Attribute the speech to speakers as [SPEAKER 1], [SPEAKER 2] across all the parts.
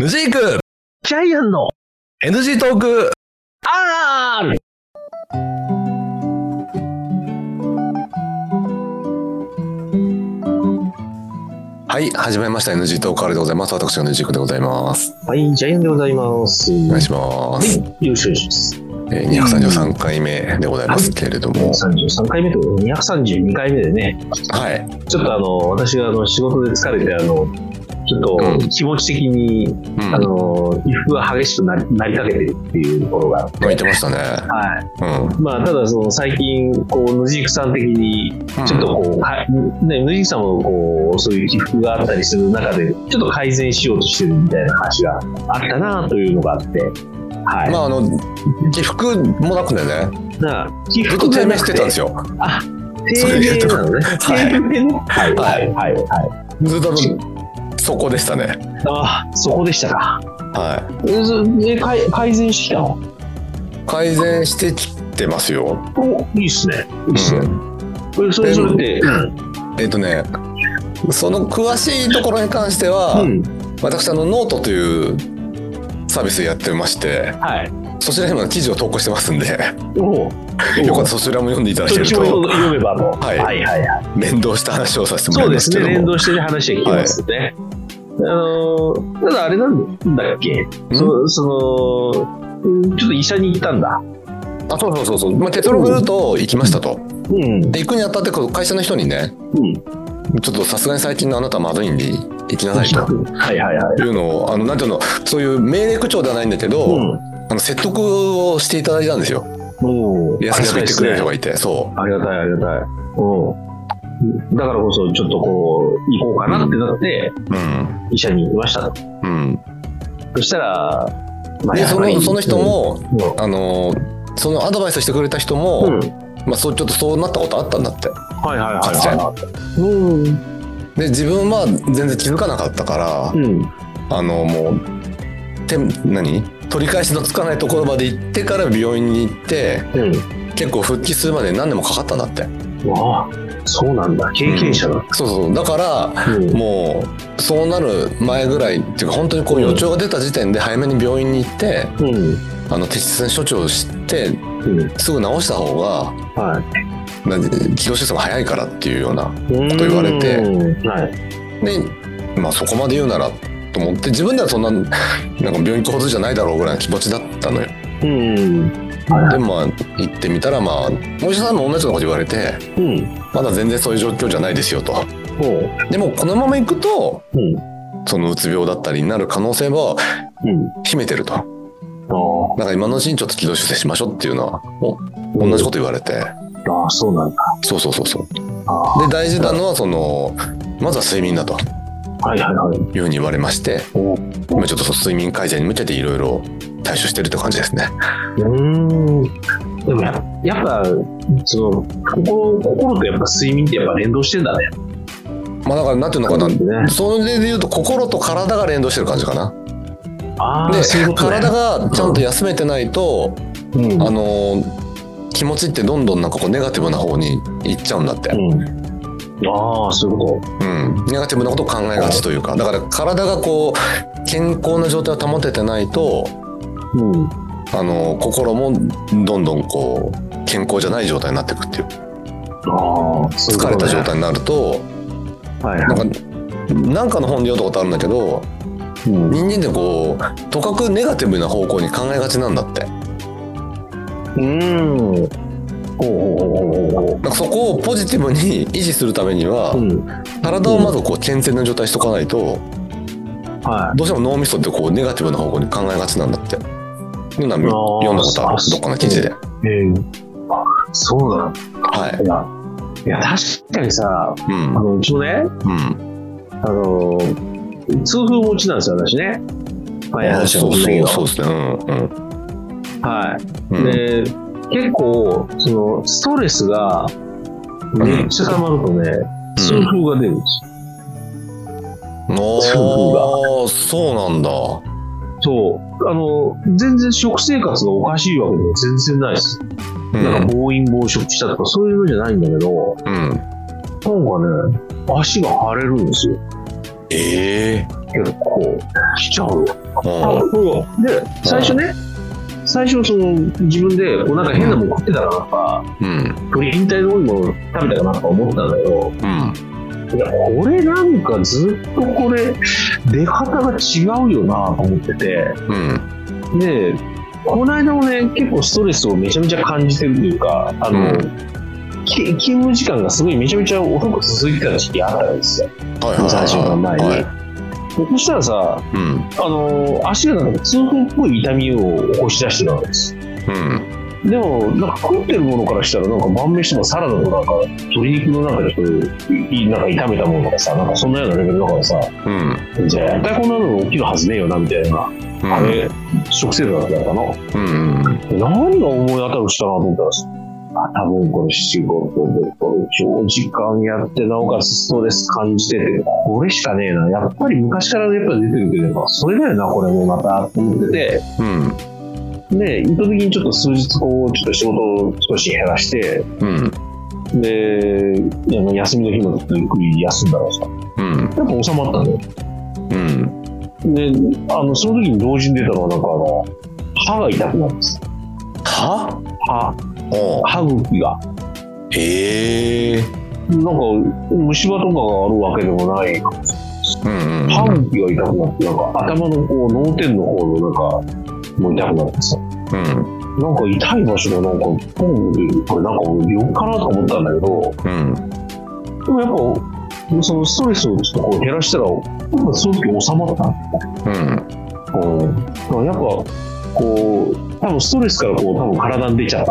[SPEAKER 1] ヌジーク
[SPEAKER 2] ジャイアンの
[SPEAKER 1] NG トーク
[SPEAKER 2] R!
[SPEAKER 1] はい、始めました NG トークありでございます。私がヌジークでございます。
[SPEAKER 2] はい、ジャイアンでございます。
[SPEAKER 1] お
[SPEAKER 2] は
[SPEAKER 1] 願いします。
[SPEAKER 2] い、よろしくお願いします。
[SPEAKER 1] えー、233回目でございますけれども、
[SPEAKER 2] 33回目と232回目でね、
[SPEAKER 1] はい、
[SPEAKER 2] ちょっとあの、私があの仕事で疲れて、あの、ちょっ
[SPEAKER 1] う
[SPEAKER 2] と気持ち的に、
[SPEAKER 1] うん
[SPEAKER 2] あ、の、起伏が激しくなりなりかけてるっていうところがあって、
[SPEAKER 1] 言ってましたね。
[SPEAKER 2] はい。
[SPEAKER 1] うん、うん
[SPEAKER 2] まあ、ただその最近、こう、ヌジークさん的に、ちょっとこう、かね、ヌジークさんもこう、そういう起伏があったりする中で、ちょっと改善しようとしてるみたいな話があったなというのがあって、はい。
[SPEAKER 1] まああの起伏もなくてね、
[SPEAKER 2] なあ、起
[SPEAKER 1] ずっと低迷してたんです
[SPEAKER 2] よ。
[SPEAKER 1] よ。
[SPEAKER 2] あ、低
[SPEAKER 1] そういう
[SPEAKER 2] 迷
[SPEAKER 1] とこ
[SPEAKER 2] なのね。
[SPEAKER 1] はい
[SPEAKER 2] 低迷の。はいはいはいはい。
[SPEAKER 1] ずっとそこでしたね。
[SPEAKER 2] あ、そこでしたか。
[SPEAKER 1] は
[SPEAKER 2] え、そえ改改善してきたの
[SPEAKER 1] い、改善してきてますよ。
[SPEAKER 2] お、いいっすね。いいっす
[SPEAKER 1] う
[SPEAKER 2] ね。
[SPEAKER 1] ん、
[SPEAKER 2] これそれそれって、うん。
[SPEAKER 1] えっ、とね、その詳しいところに関しては、
[SPEAKER 2] うん
[SPEAKER 1] 私あのノートというサービスやってまして、
[SPEAKER 2] はい。
[SPEAKER 1] そちらにも記事を投稿してますんで、
[SPEAKER 2] おうおう。
[SPEAKER 1] よかったらそちらも読んでいただけ
[SPEAKER 2] どっ
[SPEAKER 1] る
[SPEAKER 2] ちも
[SPEAKER 1] と
[SPEAKER 2] 読めばの。
[SPEAKER 1] はい
[SPEAKER 2] はいはいはい。
[SPEAKER 1] 面倒した話をさせてもらいう
[SPEAKER 2] そで
[SPEAKER 1] ます
[SPEAKER 2] す
[SPEAKER 1] け
[SPEAKER 2] ね。
[SPEAKER 1] ど
[SPEAKER 2] 連
[SPEAKER 1] も、
[SPEAKER 2] 動してる話は聞きますね。あのー、ただあれなんだっけ
[SPEAKER 1] ん
[SPEAKER 2] そその、うんちょっと医者に行ったんだ。
[SPEAKER 1] あそうそうそうそう、まあ、結論を言うと行きましたと
[SPEAKER 2] うん。うん。
[SPEAKER 1] で行くにあたってこう会社の人にねちょっとさすがに最近のあなたまずいんで行きなさいと
[SPEAKER 2] はいはいはい。
[SPEAKER 1] いうのをあのなんていうのそういう命令口調ではないんだけど、
[SPEAKER 2] うん。
[SPEAKER 1] あの説得をしていただいたんですよ
[SPEAKER 2] おお。
[SPEAKER 1] 優しく言ってくれる人
[SPEAKER 2] あ
[SPEAKER 1] がいてそ
[SPEAKER 2] りがたい、ありがたい。うん。だからこそ、ちょっとこう、行こうかなってなって、
[SPEAKER 1] ううん
[SPEAKER 2] 医者に行きましたと。
[SPEAKER 1] うん
[SPEAKER 2] そしたら、まあ
[SPEAKER 1] で
[SPEAKER 2] やっ
[SPEAKER 1] そ
[SPEAKER 2] ぱり
[SPEAKER 1] のその人、も
[SPEAKER 2] うん
[SPEAKER 1] あのそのアドバイスしてくれた人も、
[SPEAKER 2] うん。
[SPEAKER 1] まあ、そうちょっとそうなったことあったんだって
[SPEAKER 2] はいはい
[SPEAKER 1] かつて
[SPEAKER 2] はい。うん。
[SPEAKER 1] で自分は全然気づかなかったから、
[SPEAKER 2] うん。
[SPEAKER 1] あのもうて何取り返しのつかないところまで行ってから病院に行って
[SPEAKER 2] うん。
[SPEAKER 1] 結構復帰するまで何年もかかったんだって
[SPEAKER 2] わあ、そうなんだ。経験者だ。
[SPEAKER 1] そうそうだから
[SPEAKER 2] うん。
[SPEAKER 1] もうそうなる前ぐらいっていうか本当にこう
[SPEAKER 2] うん
[SPEAKER 1] 予兆が出た時点で早めに病院に行って
[SPEAKER 2] うん。
[SPEAKER 1] あの適切な処置をして
[SPEAKER 2] うん。
[SPEAKER 1] すぐ治した方が
[SPEAKER 2] は。
[SPEAKER 1] な起動システム早いからっていうようない
[SPEAKER 2] うん
[SPEAKER 1] と言われて
[SPEAKER 2] はい。
[SPEAKER 1] でまあそこまで言うならと思って自分ではそんななんか病院行くほどじゃないだろうぐらいの気持ちだったのよ
[SPEAKER 2] うん。
[SPEAKER 1] でまあ行ってみたらまあお医者さんも同じようなこと言われて
[SPEAKER 2] うん。
[SPEAKER 1] まだ全然そういう状況じゃないですよと
[SPEAKER 2] おう。
[SPEAKER 1] でもこのまま行くと
[SPEAKER 2] うん。
[SPEAKER 1] そのうつ病だったりになる可能性は
[SPEAKER 2] うん。
[SPEAKER 1] 秘めてると
[SPEAKER 2] あ
[SPEAKER 1] だから今のうちにちょっと軌道修正しましょうっていうのはお同じこと言われて
[SPEAKER 2] と。ああ、そうなんだ。
[SPEAKER 1] そうそうそうそう
[SPEAKER 2] ああ。
[SPEAKER 1] で大事なのはそのまずは睡眠だと
[SPEAKER 2] はいはいはい。
[SPEAKER 1] いうふうに言われまして
[SPEAKER 2] おう。
[SPEAKER 1] 今ちょっとその睡眠改善に向けていろいろ対処してるって感じですね
[SPEAKER 2] うーん。でもややっぱ、その、心、心とやっぱ睡眠ってやっぱ連動してんだね。
[SPEAKER 1] まあだからなんていうのかな
[SPEAKER 2] ね。
[SPEAKER 1] それで言うと心と体が連動してる感じかな
[SPEAKER 2] あ
[SPEAKER 1] で
[SPEAKER 2] あ、そういうことね
[SPEAKER 1] 体がちゃんと休めてないと、
[SPEAKER 2] うん
[SPEAKER 1] あのー気持ちってどんどんなんかこうネガティブな方にいっちゃうんだって、
[SPEAKER 2] うん。ああ、そういうこ
[SPEAKER 1] うん、ネガティブなことを考えがちというかだから体がこう健康な状態を保ててないと、
[SPEAKER 2] と。うん。
[SPEAKER 1] あのー心もどんどんこう健康じゃない状態になっていくっていう
[SPEAKER 2] ああ、そういう
[SPEAKER 1] 疲
[SPEAKER 2] こ
[SPEAKER 1] れ
[SPEAKER 2] と
[SPEAKER 1] た
[SPEAKER 2] ね
[SPEAKER 1] 状。態になると
[SPEAKER 2] はい
[SPEAKER 1] な
[SPEAKER 2] は
[SPEAKER 1] ん
[SPEAKER 2] い。
[SPEAKER 1] かなんかの本で読んだことあるんだけど
[SPEAKER 2] うん
[SPEAKER 1] 人間ってこうとかくネガティブな方向に考えがちなんだって
[SPEAKER 2] うん。おうおうおうおうお
[SPEAKER 1] な
[SPEAKER 2] う
[SPEAKER 1] んかそこをポジティブに維持するためには、
[SPEAKER 2] うん。
[SPEAKER 1] 体をまずこう健全な状態にしとかないと
[SPEAKER 2] は
[SPEAKER 1] どうしても脳みそってこうネガティブな方向に考えがちなんだっていうのはみ
[SPEAKER 2] あー
[SPEAKER 1] 読んだことある
[SPEAKER 2] そ
[SPEAKER 1] ど
[SPEAKER 2] う
[SPEAKER 1] っかの記事で、
[SPEAKER 2] い。ええ。あ、そうなん
[SPEAKER 1] はい
[SPEAKER 2] だ。いや、確かにさ、
[SPEAKER 1] うん
[SPEAKER 2] あの、うちもね、
[SPEAKER 1] うん
[SPEAKER 2] あの、痛風持ちなんですよ、私ね。前
[SPEAKER 1] あー
[SPEAKER 2] 話した
[SPEAKER 1] そう
[SPEAKER 2] ことだけ
[SPEAKER 1] そう
[SPEAKER 2] ど
[SPEAKER 1] そうですねうん
[SPEAKER 2] はい。
[SPEAKER 1] うんうん
[SPEAKER 2] で結構そのストレスがめっちゃ溜まるとね、痛風が出るんですよ。
[SPEAKER 1] お
[SPEAKER 2] 痛
[SPEAKER 1] ーそうなんだう
[SPEAKER 2] そうあの全然食生活がおかしいわけでも全然ないです。なん
[SPEAKER 1] ん
[SPEAKER 2] か暴飲暴食したとかそういうのじゃないんだけど、
[SPEAKER 1] うん
[SPEAKER 2] なんかね足が腫れるんですよ。
[SPEAKER 1] ええ
[SPEAKER 2] 結構しちゃう
[SPEAKER 1] うん
[SPEAKER 2] で最初ね最初その自分でこうなんか変なもん食ってたかなんか
[SPEAKER 1] うん
[SPEAKER 2] プリン体の多いもの食べたかなんか思ったんだけど
[SPEAKER 1] うん
[SPEAKER 2] いやこれなんかずっとこれ出方が違うよなと思ってて
[SPEAKER 1] うん
[SPEAKER 2] でこの間もね結構ストレスをめちゃめちゃ感じてるというかあの、
[SPEAKER 1] うん
[SPEAKER 2] き勤務時間がすごいめちゃめちゃ遅く続いてた時期あったんですよ
[SPEAKER 1] はいはいはい
[SPEAKER 2] 3週間前に、
[SPEAKER 1] はい
[SPEAKER 2] でそしたらさ
[SPEAKER 1] うん
[SPEAKER 2] あの足がなんか痛風っぽい痛みを起こし出してたわけです
[SPEAKER 1] うん
[SPEAKER 2] でもなんか食ってるものからしたらなんか晩飯とかサラダとなんか鶏肉の中でそういういなんか炒めたものとかさなんかそんなようなレベルだからさ
[SPEAKER 1] うん
[SPEAKER 2] じゃあ絶対こんなの起きるはずねえよなみたいな、
[SPEAKER 1] うん
[SPEAKER 2] あれ食生活だったの
[SPEAKER 1] うんうん
[SPEAKER 2] 何が思い当たるしたなと思ったらあ多分これ仕事でこれ長時間やってなおかつストレス感じててこれしかねえなやっぱり昔からやっぱ出てるけどやっぱそれだよなこれもまたと思ってて
[SPEAKER 1] うん
[SPEAKER 2] で意図的にちょっと数日こうちょっと仕事を少し減らして
[SPEAKER 1] うん
[SPEAKER 2] であの休みの日もちょっとゆっくり休んだらさや
[SPEAKER 1] うん
[SPEAKER 2] っぱ収まったんだよ
[SPEAKER 1] うん
[SPEAKER 2] であのその時に同時に出たのはなんかあの歯が痛くなるんです
[SPEAKER 1] は
[SPEAKER 2] 歯
[SPEAKER 1] おう
[SPEAKER 2] 歯茎が
[SPEAKER 1] ええ
[SPEAKER 2] なんか虫歯とかがあるわけでもない
[SPEAKER 1] うんうん
[SPEAKER 2] 歯茎が痛くなってなんか頭のこう脳天の方のなんかもう痛くなってさ
[SPEAKER 1] うん
[SPEAKER 2] なんか痛い場所がなんかポンってこれなんか俺病気かなとか思ったんだけど
[SPEAKER 1] うん
[SPEAKER 2] でもやっぱそのストレスをちょっとこう減らしたらなんかその時収まった
[SPEAKER 1] うん
[SPEAKER 2] うん、だからやっぱこう多分ストレスからこう多分体に出ちゃっ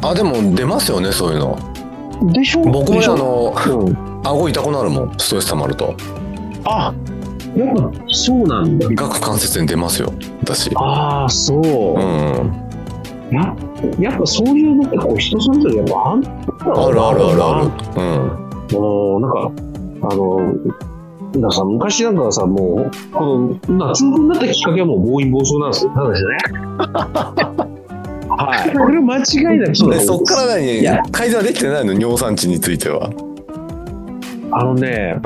[SPEAKER 2] た
[SPEAKER 1] あでも出ますよねそういうの
[SPEAKER 2] でしょ
[SPEAKER 1] 僕も
[SPEAKER 2] で
[SPEAKER 1] ね
[SPEAKER 2] し
[SPEAKER 1] あ
[SPEAKER 2] ょ
[SPEAKER 1] の
[SPEAKER 2] うん、
[SPEAKER 1] 顎痛くなるもんストレス溜まると
[SPEAKER 2] あやっぱそうなんだ
[SPEAKER 1] 顎関節に出ますよ私
[SPEAKER 2] ああそう、
[SPEAKER 1] うん
[SPEAKER 2] ややっぱそういうのってこう人それぞれやっぱあん
[SPEAKER 1] あ
[SPEAKER 2] あ
[SPEAKER 1] るあるあるあるうん
[SPEAKER 2] もうなんかあのなんかさ昔なんかはさもうこのなんか痛風になったきっかけはもう暴飲暴走なんですよなんですよねはいこれは間違いなくそうだ
[SPEAKER 1] で
[SPEAKER 2] と
[SPEAKER 1] そ
[SPEAKER 2] 思
[SPEAKER 1] っ
[SPEAKER 2] う
[SPEAKER 1] から
[SPEAKER 2] いや
[SPEAKER 1] 何改善はできてないの尿酸値については
[SPEAKER 2] あのね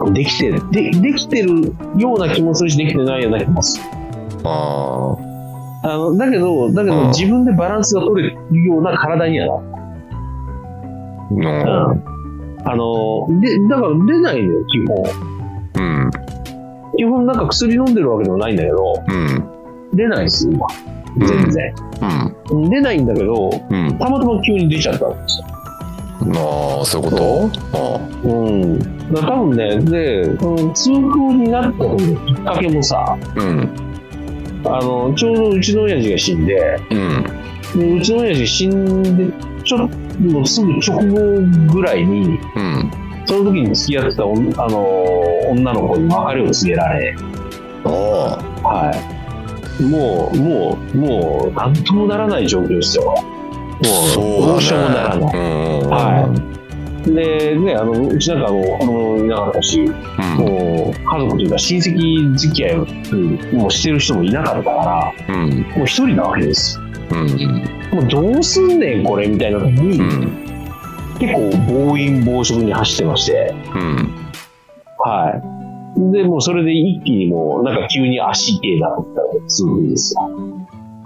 [SPEAKER 1] うん
[SPEAKER 2] できてるでできてるような気もするしできてないような気もする
[SPEAKER 1] あ
[SPEAKER 2] あのだけどだけ
[SPEAKER 1] うん
[SPEAKER 2] ど自分でバランスが取れるような体には
[SPEAKER 1] ー
[SPEAKER 2] な
[SPEAKER 1] の
[SPEAKER 2] る、あのでだから出ないのよ基本
[SPEAKER 1] うん
[SPEAKER 2] 基本なんか薬飲んでるわけでもないんだけど
[SPEAKER 1] うん
[SPEAKER 2] 出ないです今
[SPEAKER 1] うん
[SPEAKER 2] 全然、
[SPEAKER 1] うん
[SPEAKER 2] 出ないんだけど
[SPEAKER 1] うん
[SPEAKER 2] たまたま急に出ちゃったんですよ
[SPEAKER 1] ああそういうことあ
[SPEAKER 2] うんだから多分ねでその痛風になった時のきっかけもさ
[SPEAKER 1] ーうん
[SPEAKER 2] あのちょうどうちの親父が死んで
[SPEAKER 1] うん
[SPEAKER 2] でうちの親父死んでちょもうすぐ直後ぐらいに
[SPEAKER 1] うん
[SPEAKER 2] その時に付き合ってたおんあの女の子に別れを告げられ、
[SPEAKER 1] ああ
[SPEAKER 2] はい、もうもうもうなんともならない状況ですよもう
[SPEAKER 1] そうだね
[SPEAKER 2] どうしようもならない
[SPEAKER 1] うんうん
[SPEAKER 2] はでねあのうちなんかあの子供いなかったし、
[SPEAKER 1] うん
[SPEAKER 2] もう家族というか親戚付き合いをもうしてる人もいなかったから
[SPEAKER 1] うん
[SPEAKER 2] もう一人なわけですよ
[SPEAKER 1] うん
[SPEAKER 2] もうどうすんねんこれみたいな時に、
[SPEAKER 1] うん
[SPEAKER 2] 結構暴飲暴食に走ってまして、
[SPEAKER 1] うん
[SPEAKER 2] はい。で、もうそれで一気にもう、なんか急に足痛えなと思ったら、痛風ですよ。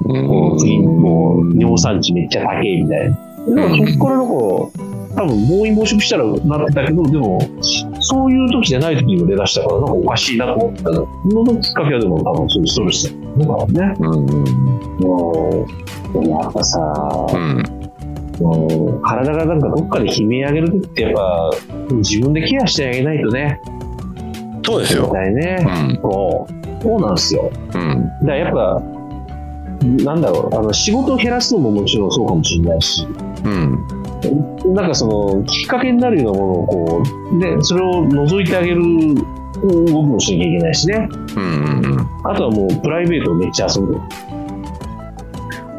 [SPEAKER 2] もう次、もう尿酸値めっちゃ高えみたいな。でも結構の頃、多分暴飲暴食したらなってたけど、でも、そういう時じゃない時にも出だしたから、なんかおかしいなと思ったの。そのきっかけはでも多分そういうストレスだったんだろうね。
[SPEAKER 1] うんうん
[SPEAKER 2] うん。でもやっぱさ、
[SPEAKER 1] うん
[SPEAKER 2] うん体がなんかどっかで悲鳴上げる時ってやっぱ自分でケアしてあげないとね
[SPEAKER 1] そうです
[SPEAKER 2] 絶
[SPEAKER 1] よ
[SPEAKER 2] 対
[SPEAKER 1] う
[SPEAKER 2] ね、
[SPEAKER 1] ん
[SPEAKER 2] そうそうなんですよ
[SPEAKER 1] うん
[SPEAKER 2] だからやっぱなんだろうあの仕事を減らすのももちろんそうかもしれないし
[SPEAKER 1] うん
[SPEAKER 2] なんかそのきっかけになるようなものをこうでそれを除いてあげる動きもしなきゃいけないしね
[SPEAKER 1] うんうんうん
[SPEAKER 2] あとはもうプライベートをめっちゃ遊ぶ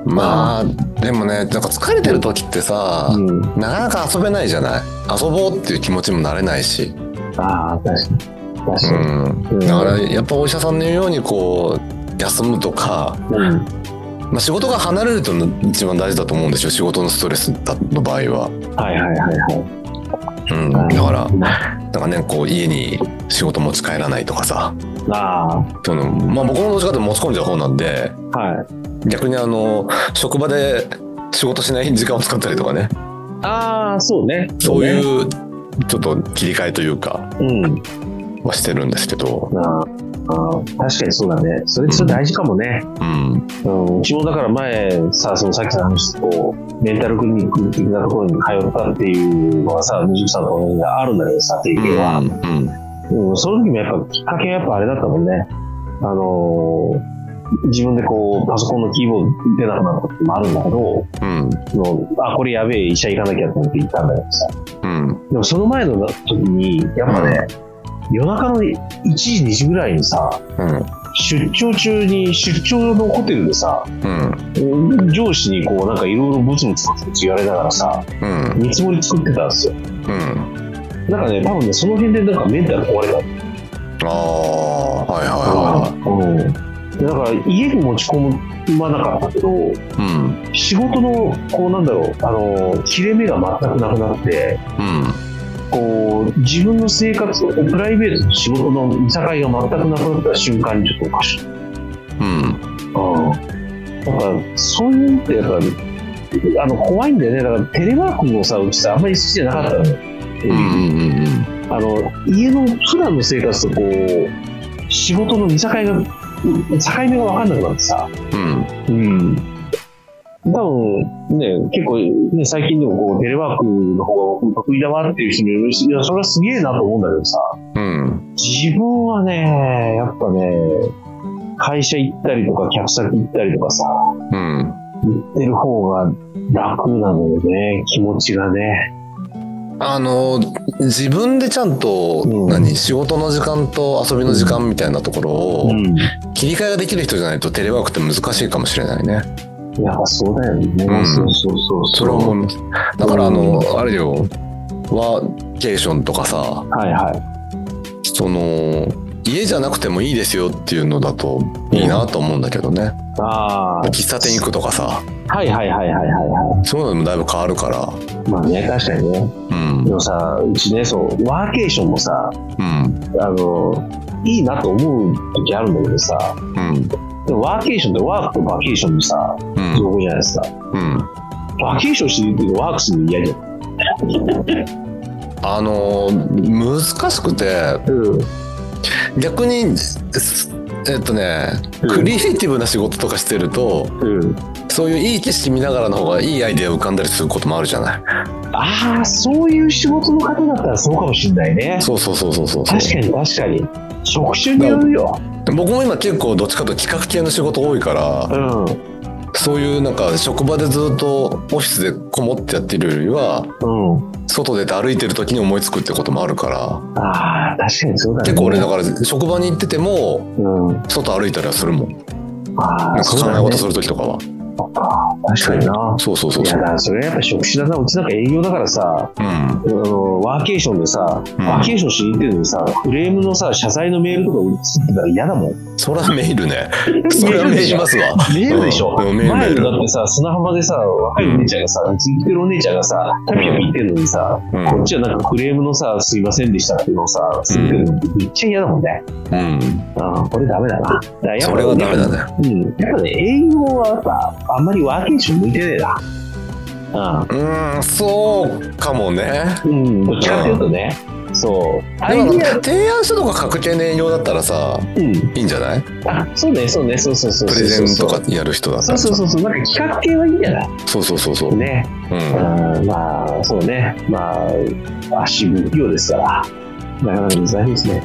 [SPEAKER 1] まあでもねなんか疲れてる時ってさ、
[SPEAKER 2] うん、
[SPEAKER 1] なかなか遊べないじゃない遊ぼうっていう気持ちもなれないし、
[SPEAKER 2] ああ確かに確
[SPEAKER 1] う
[SPEAKER 2] かに、
[SPEAKER 1] ん、
[SPEAKER 2] うん
[SPEAKER 1] だからやっぱお医者さんの言うようにこう休むとか、
[SPEAKER 2] うん
[SPEAKER 1] まあ、仕事が離れると一番大事だと思うんですよ仕事のストレスだの場合は、
[SPEAKER 2] はいはいはいはい
[SPEAKER 1] うん、だから
[SPEAKER 2] まあ
[SPEAKER 1] なんかねこう家に仕事持ち帰らないとかさ
[SPEAKER 2] あ
[SPEAKER 1] そのまあ僕もどっちかっていうと持ち込んじゃう方なんで
[SPEAKER 2] あ、はい。
[SPEAKER 1] 逆にあの職場で仕事しない時間を使ったりとかね
[SPEAKER 2] ああ、そうね。
[SPEAKER 1] そう
[SPEAKER 2] うね。
[SPEAKER 1] いうちょっと切り替えというか
[SPEAKER 2] うん。
[SPEAKER 1] はしてるんですけど、
[SPEAKER 2] あーあー、確かにそうだね。それって大事かもね。
[SPEAKER 1] うん、
[SPEAKER 2] うん、うちもだから前さ、そのさっきの話こう、メンタルクリニック的なところに通ったっていうのがさ、23の同じがあるんだけどさ、経験は。
[SPEAKER 1] うん
[SPEAKER 2] うん、その時もやっぱきっかけはやっぱあれだったもんね。あのー自分でこう、パソコンのキーボード出なくなったこともあるんだけど、
[SPEAKER 1] うん
[SPEAKER 2] そのあ、これやべえ、医者行かなきゃと思って行ったんだけどさ。
[SPEAKER 1] うん
[SPEAKER 2] でもその前の時に、やっぱね、夜中の1時、2時ぐらいにさ、
[SPEAKER 1] うん
[SPEAKER 2] 出張中に、出張のホテルでさ、
[SPEAKER 1] うん
[SPEAKER 2] 上司にこう、なんかいろいろブツブツブツブツ言われながらさ、
[SPEAKER 1] うん
[SPEAKER 2] 見積もり作ってたんですよ。
[SPEAKER 1] うん
[SPEAKER 2] なんかね、多分ね、その辺でなんかメンタル壊れた
[SPEAKER 1] ああはいは
[SPEAKER 2] うん、だから家に持ち込まなかったけど
[SPEAKER 1] いはいうん
[SPEAKER 2] 仕事のこうなんだろうあの切れ目が全くなくなって
[SPEAKER 1] うん
[SPEAKER 2] こう自分の生活プライベートと仕事の境が全くなくなった瞬間にちょっとおかしい、
[SPEAKER 1] うん
[SPEAKER 2] うん、だからそういうのってやっぱあの怖いんだよねだからテレワークもさうちさあんまり好きじゃなかったの
[SPEAKER 1] うんう
[SPEAKER 2] よ、
[SPEAKER 1] んうん
[SPEAKER 2] あの家の普段の生活とこう仕事の見境が境目が分かんなくなってさ、
[SPEAKER 1] うん
[SPEAKER 2] うん。多分ね、結構、ね、最近でもこうテレワークの方が得意だわっていう人もいるし、いや、それはすげえなと思うんだけどさ、
[SPEAKER 1] うん
[SPEAKER 2] 自分はね、やっぱね、会社行ったりとか、客先行ったりとかさ、
[SPEAKER 1] うん
[SPEAKER 2] 行ってる方が楽なのよね、気持ちがね。
[SPEAKER 1] あの自分でちゃんと、
[SPEAKER 2] うん
[SPEAKER 1] 何仕事の時間と遊びの時間みたいなところを、
[SPEAKER 2] うん。
[SPEAKER 1] 切り替えができる人じゃないとテレワークって難しいかもしれないね
[SPEAKER 2] やっぱそうだよね。
[SPEAKER 1] うん
[SPEAKER 2] そうそうそう
[SPEAKER 1] それは思いますだからあの、あれよワーケーションとかさ
[SPEAKER 2] はいはい。
[SPEAKER 1] その家じゃなくてもいいですよっていうのだといいなと思うんだけどね、
[SPEAKER 2] ああ。
[SPEAKER 1] 喫茶店行くとかさ
[SPEAKER 2] はいはいはいはいはいは
[SPEAKER 1] そういうのでもだいぶ変わるから
[SPEAKER 2] い。まあね、確かにね。
[SPEAKER 1] うん
[SPEAKER 2] でもさ、うちね、そう、ワーケーションもさ、
[SPEAKER 1] うん
[SPEAKER 2] あの、いいなと思う時あるんだけどさ、
[SPEAKER 1] うん
[SPEAKER 2] でもワーケーションってワークとバケーションのさ、
[SPEAKER 1] うん
[SPEAKER 2] 情報じゃないですか。
[SPEAKER 1] うん
[SPEAKER 2] バケーションしてるけどワークするの嫌じゃん。
[SPEAKER 1] あの難しくて
[SPEAKER 2] うん。
[SPEAKER 1] 逆にすえっとねクリエイティブな仕事とかしてると
[SPEAKER 2] うん。
[SPEAKER 1] そういういい景色見ながらの方がいいアイデア浮かんだりすることもあるじゃない
[SPEAKER 2] ああ、そういう仕事の方だったらそうかもしれないね。
[SPEAKER 1] そうそうそうそうそうそう
[SPEAKER 2] 確かに確かに。職種によるよ。
[SPEAKER 1] 僕も今結構どっちかというと企画系の仕事多いから
[SPEAKER 2] うん。
[SPEAKER 1] そういうなんか職場でずっとオフィスでこもってやってるよりは
[SPEAKER 2] うん。
[SPEAKER 1] 外出て歩いてる時に思いつくってこともあるから
[SPEAKER 2] ああ、確かにそうだね。
[SPEAKER 1] 結構俺だから職場に行ってても
[SPEAKER 2] うん。
[SPEAKER 1] 外歩いたりはするもん
[SPEAKER 2] あ
[SPEAKER 1] な
[SPEAKER 2] あ、
[SPEAKER 1] んか考え事す
[SPEAKER 2] る
[SPEAKER 1] る時とかは
[SPEAKER 2] とか。確かにな。
[SPEAKER 1] そうそうそう
[SPEAKER 2] い
[SPEAKER 1] そ
[SPEAKER 2] や
[SPEAKER 1] う
[SPEAKER 2] だ、それはやっぱ職種だな。うちなんか営業だからさ、
[SPEAKER 1] うん
[SPEAKER 2] あのワーケーションでさ、
[SPEAKER 1] うん
[SPEAKER 2] ワーケーションしに行ってるのにさ、フレームのさ、謝罪のメールとか作ってたら嫌だもん。
[SPEAKER 1] そらメールねそれはメールしますわ
[SPEAKER 2] メールでしょ。
[SPEAKER 1] うんメールメ
[SPEAKER 2] 前
[SPEAKER 1] ール
[SPEAKER 2] だってさ、砂浜でさ、若いお姉ちゃんがさ、うちに来てるお姉ちゃんがさ、タピタピ言ってるのにさ、
[SPEAKER 1] うん
[SPEAKER 2] こっちはなんかクレームのさ、すいませんでしたっていうのをさ、するけど、めっちゃ嫌だもんね。
[SPEAKER 1] うん
[SPEAKER 2] ああ、これダメだな。だからやっ
[SPEAKER 1] そ
[SPEAKER 2] ぱ
[SPEAKER 1] れはダメだね
[SPEAKER 2] うん。やっぱね、営業はやっぱ、あんまりワーケーション向いてねえな。ああ
[SPEAKER 1] うんそうかもね
[SPEAKER 2] うん、どっちかっていうとね、そう。ア
[SPEAKER 1] で
[SPEAKER 2] イ
[SPEAKER 1] も
[SPEAKER 2] デア、
[SPEAKER 1] 提案書とか確定の営業だったらさ
[SPEAKER 2] うん。
[SPEAKER 1] いいんじゃない
[SPEAKER 2] あ、そうね、そうね、そうそうそう
[SPEAKER 1] プ
[SPEAKER 2] そう
[SPEAKER 1] レ
[SPEAKER 2] そ
[SPEAKER 1] ゼ
[SPEAKER 2] う
[SPEAKER 1] ンとかやる人だった
[SPEAKER 2] そう
[SPEAKER 1] ら
[SPEAKER 2] そうそうそう、なんか企画系はいいんじゃない
[SPEAKER 1] そうそうそうそう、
[SPEAKER 2] ね。
[SPEAKER 1] うん
[SPEAKER 2] うん、まあ、そうね。まあ、足不器用ですから。なかなか難しいですね。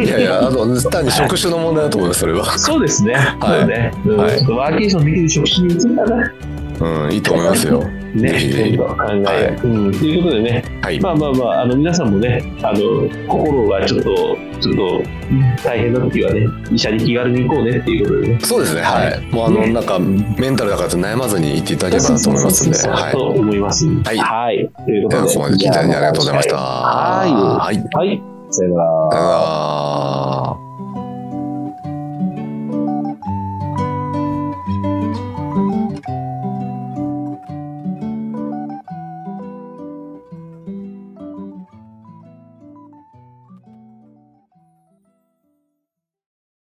[SPEAKER 1] いやいや、あの単に職種の問題だと思います、それは。
[SPEAKER 2] そうですね。
[SPEAKER 1] い
[SPEAKER 2] そうね。うん
[SPEAKER 1] はい
[SPEAKER 2] ちょっとワーケーションできる職種に移ったな。
[SPEAKER 1] うん、いいと思いますよ。ぜ
[SPEAKER 2] ね、
[SPEAKER 1] ひぜひ
[SPEAKER 2] ちょっと考え、うん。ということでね、
[SPEAKER 1] はい。
[SPEAKER 2] まあまあまあ、あの、皆さんもね、あの、心がちょっと、ちょっと、大変な時はね、医者に気軽に行こうねっていうことでね。
[SPEAKER 1] そうですね、はい。もうあの、なんか、メンタルだからって悩まずに言っていただければなと思いますんで、
[SPEAKER 2] そうそうそうそう
[SPEAKER 1] はい。
[SPEAKER 2] と思います。
[SPEAKER 1] い
[SPEAKER 2] はい。というこ
[SPEAKER 1] で
[SPEAKER 2] と
[SPEAKER 1] はこ
[SPEAKER 2] で。
[SPEAKER 1] こまで聞いていただきありがとうございました。
[SPEAKER 2] はい
[SPEAKER 1] はい。
[SPEAKER 2] はい。さよなら
[SPEAKER 1] さよなら